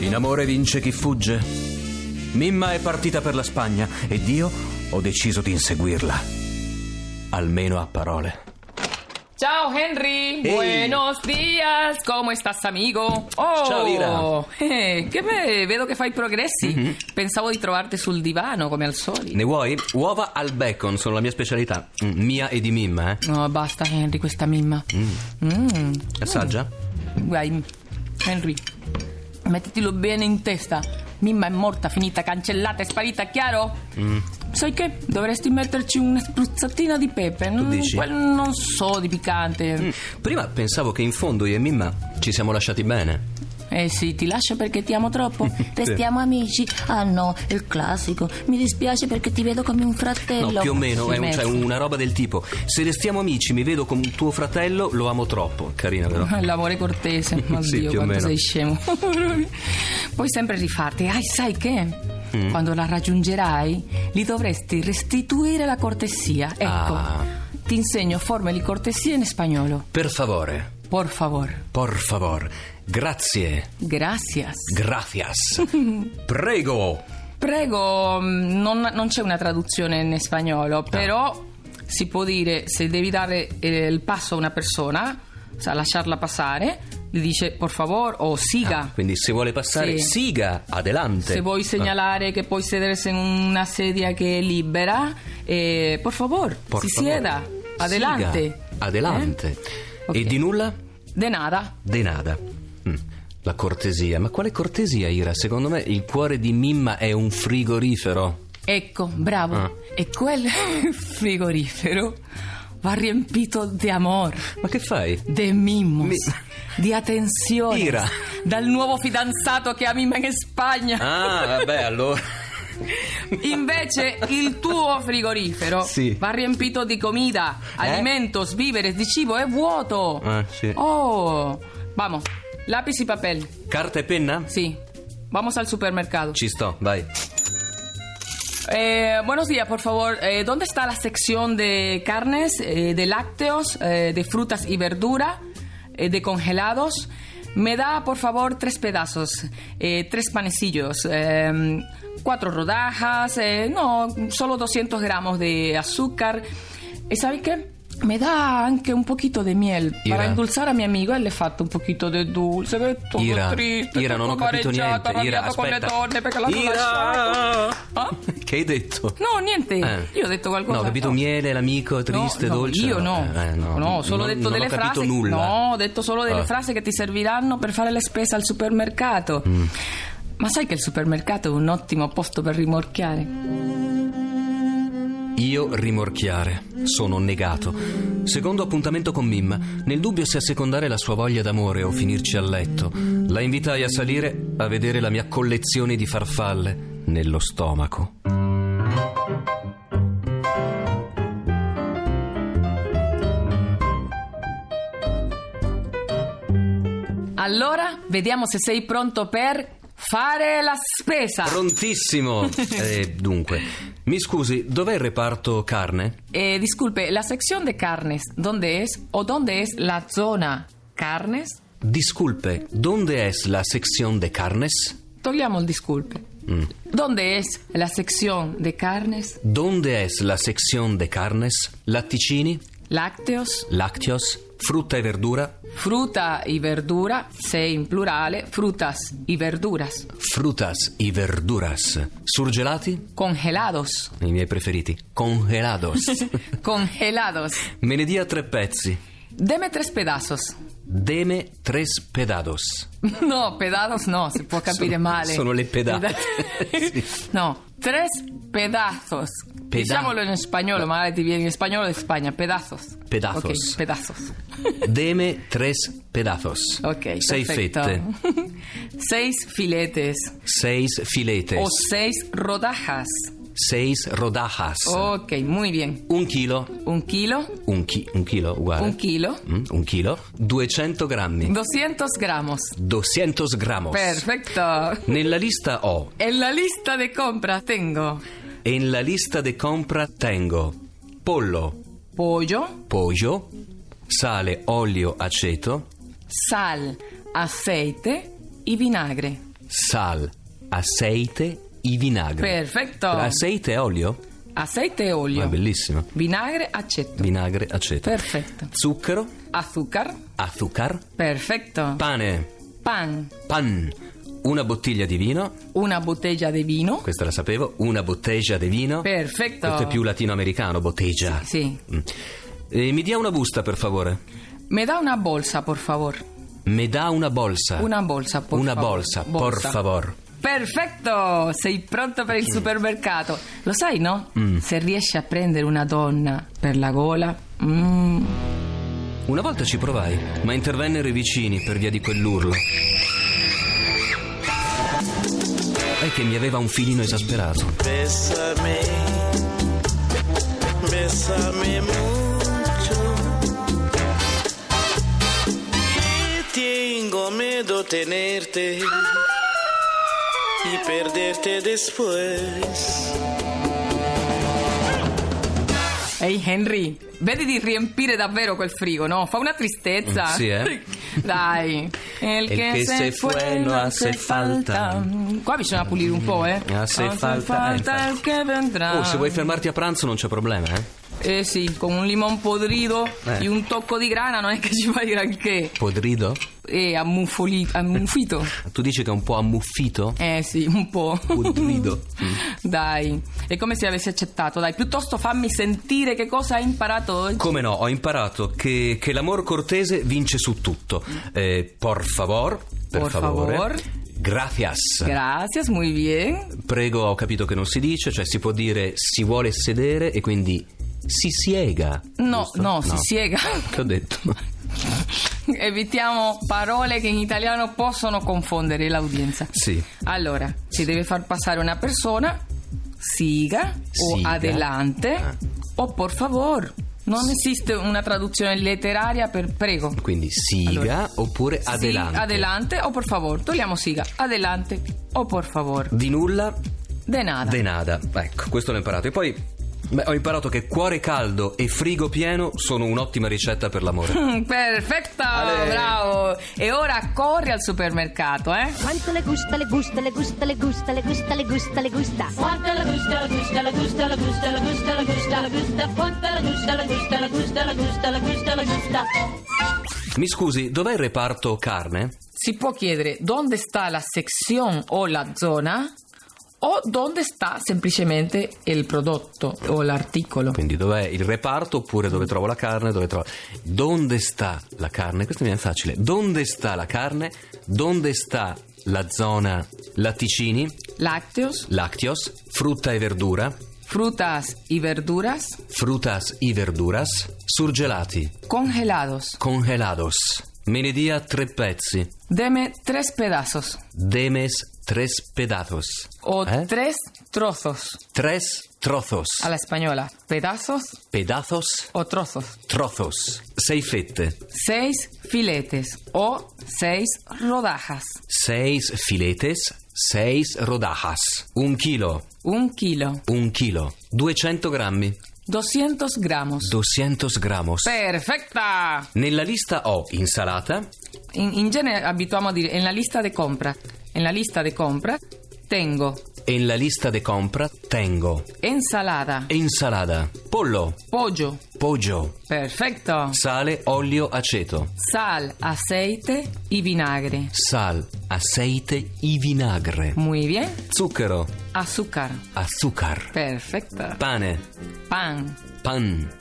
In amore vince chi fugge. Mimma è partita per la Spagna ed io ho deciso di inseguirla. Almeno a parole. Ciao Henry, Ehi. buenos días, ¿cómo estás amigo? Oh, Ciao, Ira. Eh, che beh, vedo che fai progressi. Pensavo di trovarti sul divano come al solito. Mm-hmm. Ne vuoi? Uova al bacon sono la mia specialità. Mm, mia e di Mimma, eh. No, basta Henry, questa mimma. Mm. Assaggia. Guai, Henry, mettitelo bene in testa. Mimma è morta, finita, cancellata, è sparita, chiaro? Mm. Sai che? Dovresti metterci una spruzzatina di pepe. Tu dici? Mm. non so, di piccante. Prima pensavo che in fondo io e Mimma ci siamo lasciati bene. Eh sì, ti lascio perché ti amo troppo. Restiamo amici? Ah no, il classico. Mi dispiace perché ti vedo come un No, Eh, fratello. più o meno, è un- mezzo. cioè, una roba del tipo. Se restiamo amici, mi vedo con tuo fratello, lo amo troppo. Carina, però. L'amore cortese, ma Sì, Dio, più o quanto meno. sei scemo. Puoi sempre rifarti. Ah, sai che? Mm. Quando la raggiungerai, gli dovresti restituire la cortesia. Ecco, Ah. ti insegno forme di cortesia in spagnolo. Per favore, Por favor. por favor, grazie, Gracias. gracias, prego. Prego, mm, non, non c'è una traduzione in spagnolo, però si può dire se devi dare eh, il passo a una persona, sa, lasciarla passare, gli dice por favor o siga. Ah, quindi se vuole passare, Sì. siga, adelante. Se vuoi segnalare che puoi sedersi in una sedia che è libera, eh, por favor, Por si favor, sieda, siga, adelante. Eh? adelante. Ok. E di nulla? De nada. De nada. Mm, La cortesia, ma quale cortesia, Ira? Secondo me il cuore di Mimma è un frigorifero. Ecco, bravo. Ah. E quel frigorifero va riempito di amore, Ma che fai? di mimos, Mi- di attenzione. Ira. Dal nuovo fidanzato che ha Mimma in Spagna. Ah, vabbè, allora. Invece il tuo frigorifero Sì. va riempito di comida, Eh? alimentos, víveres, di cibo, è vuoto. Ah, sì. Oh, vamos, lápiz y papel. Carta e penna? Sí, vamos al supermercado. Ci sto, vai. Eh, buenos días, por favor. Eh, ¿Dónde está la sección de carnes, eh, de lácteos, eh, de frutas y verdura, eh, de congelados? Me da, por favor, tres pedazos, eh, tres panecillos, eh, cuatro rodajas, eh, no, solo 200 gramos de azúcar. ¿Y sabes qué? Me da anche un poquito de miel. Ira. Para endulzar a mi amigo, él le falta un poquito de dulce. que es todo Ira, triste, Ira, non ho tutto capito niente. amareggiato, Ira, arrabbiato con le aspetta. donne perché l'hanno lasciato. Ira! Ah? Che hai detto? No, niente. Eh. Io ho detto qualcosa. No, ho capito miele, l'amico, triste, No, no, dolce. Io no. Eh, eh, no. solo Non- ho detto non delle ho capito frasi. nulla. No, ho detto solo delle Ah. frasi che ti serviranno per fare le spese al supermercato. Mm. Ma sai che il supermercato è un ottimo posto per rimorchiare? Io rimorchiare. Sono negato. Secondo appuntamento con Mimma, nel dubbio se assecondare la sua voglia d'amore o finirci a letto, la invitai a salire a vedere la mia collezione di farfalle nello stomaco. Allora, vediamo se sei pronto per fare la spesa. Prontissimo! Eh, dunque, mi scusi, dov'è il reparto carne? Eh, disculpe, la sección de carnes, ¿dónde es? ¿O dónde es la zona carnes? Disculpe, ¿dónde es la sección de carnes? Togliamo il disculpe. ¿Dónde es la sección de carnes, ¿Dónde es la sección de carnes? Latticini, lácteos, lácteos, frutta e verdura, Fruta y verdura, se in plurale, eh, frutas y verduras. frutas y verduras, surgelati, Congelados. i miei preferiti, congelados. Congelados. Me ne dia tre pezzi. Deme tres pedazos. Deme tres pedados. No, pedados no, se può capire Sono- male. sono le pedate. eh. Peda- No, tres pedazos. Peda- Diciamolo in spagnolo, magari ti viene in spagnolo di Spagna. Pedazos. Pedazos. Ok, pedazos. Deme tres pedazos. Ok, Sei perfecto. fette, seis filetes seis filetes, o seis rodajas. seis rodajas, Ok, muy bien. un chilo, Un kilo, un, chi- un chilo uguale, un kilo, Mm, un chilo, 200 grammi, 200 gramos. 200 gramos. Perfecto. Nella lista ho, En la lista de compras tengo e in la lista de compra tengo, pollo, pollo, pollo, sale, olio, aceto, sal, aceite y vinagre. sal, aceite, i vinagri. Perfetto. Aceite e olio? Aceite e Ma olio. è bellissimo. Vinagre, aceto. Vinagre, aceto. Perfetto. Zucchero, Azúcar. azúcar, Perfecto. pane, Pan. pan, una bottiglia di vino, Una botella de vino. questa la sapevo, una botteggia di vino. Perfetto. Questo è Este più latinoamericano, botteggia. Sì. Mm. Eh, mi dia una busta, per favore. Me da una bolsa, por favor. Me da una bolsa. Una bolsa, por Ah. Una favor. bolsa, Bolsa. por favor. Perfetto! Sei pronto per il supermercato. Lo sai, no? Mm. Se riesci a prendere una donna per la gola. mm. Una volta ci provai, ma intervennero i vicini per via di quell'urlo. È che mi aveva un filino esasperato. Bésame, bésame mucho. Y tengo miedo tenerte y perderte después. Ehi Henry, vedi di riempire davvero quel frigo, no? Fa una tristezza. Mm, sì, eh. Dai. El che se fue no hace falta. Mm, Qua bisogna pulire un po', eh. Hace Hace falta, eh, infatti. el que vendrà. Oh, se vuoi fermarti a pranzo non c'è problema, eh? Eh sì, con un limon podrido Eh. e un tocco di grana non è che ci fai granché. Podrido? E ammufoli- Eh, ammuffito. Tu dici che è un po' ammuffito? Eh sì, un po'. Podrido. Dai, è come se avessi accettato. Dai, piuttosto fammi sentire che cosa hai imparato oggi. Come no, ho imparato che, che l'amor cortese vince su tutto. Eh, por favor, per Por favore. favor. Gracias. Grazie, muy bien. Prego, ho capito che non si dice, cioè si può dire si vuole sedere e quindi si siega. No, giusto? no, si siega. Che ho detto? Evitiamo parole che in italiano possono confondere l'audienza. Sì. Allora, si deve far passare una persona, siga o Siga. adelante Ah. o por favor. Non esiste una traduzione letteraria per prego. Quindi siga Allora. oppure Sì, adelante. adelante o por favor. Togliamo siga. Adelante o por favor. Di nulla, De nada. de nada. Ecco, questo l'ho imparato. E poi beh, ho imparato che cuore caldo e frigo pieno sono un'ottima ricetta per l'amore. Mm, Perfetto, bravo. E ora corri al supermercato, eh? Quanto le gusta, le gusta, le gusta, le gusta, le gusta, le gusta, le gusta. Quanta la gusta, la gusta, la gusta, la gusta, la gusta, la gusta, la gusta, quanta la gusta, la gusta, la gusta, la gusta, la gusta, la gusta. Mi scusi, dov'è il reparto carne? Si può chiedere dove sta la sezione o la zona o dove sta semplicemente il prodotto o l'articolo. Quindi dov'è il reparto oppure dove trovo la carne? Dove trovo... Donde sta la carne? Questo mi è facile. Donde sta la carne? Donde sta la zona latticini, Lácteos, lactios, frutta e verdura, frutas y verduras frutas y verduras, surgelati, congelados. congelados. Me ne dia tre pezzi. Deme tres pedazos Demes tres pedazos. o Eh? tres trozos. Tres trozos. A la española, pedazos Pedazos, o trozos. trozos. Sei fette. Seis filetes o seis rodajas. Seis filetes, seis rodajas. Un chilo, Un kilo, un chilo. 200 grammi, 200 gramos. 200 gramos. Perfecta. Nella lista ho insalata, In, in genere abituiamo a dire en la lista de compra. En la lista de compra tengo e nella lista de compra tengo ensalada, insalata, pollo, pollo, poggio, perfecto, sale, olio, aceto, sal, aceite y vinagre. sal, aceite, i vinagre, Muy bien. zucchero, Azúcar, azúcar, perfecto. pane, Pan, pan,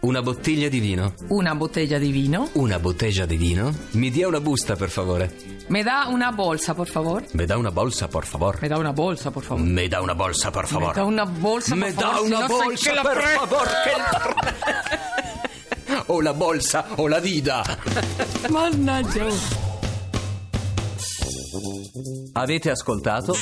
Una bottiglia di vino. una botella di vino. Una bottiglia di vino. Mi dia una busta, per favore. Me da una bolsa, por favor. Me da una bolsa, por favor. Me da una bolsa, por favor. Me da una bolsa, por Mm, favor. Me da una bolsa, por Me da una favor, si no sai bolsa, che la per prendo. favor. che- o la bolsa o la vida. Mannaggia. Avete ascoltato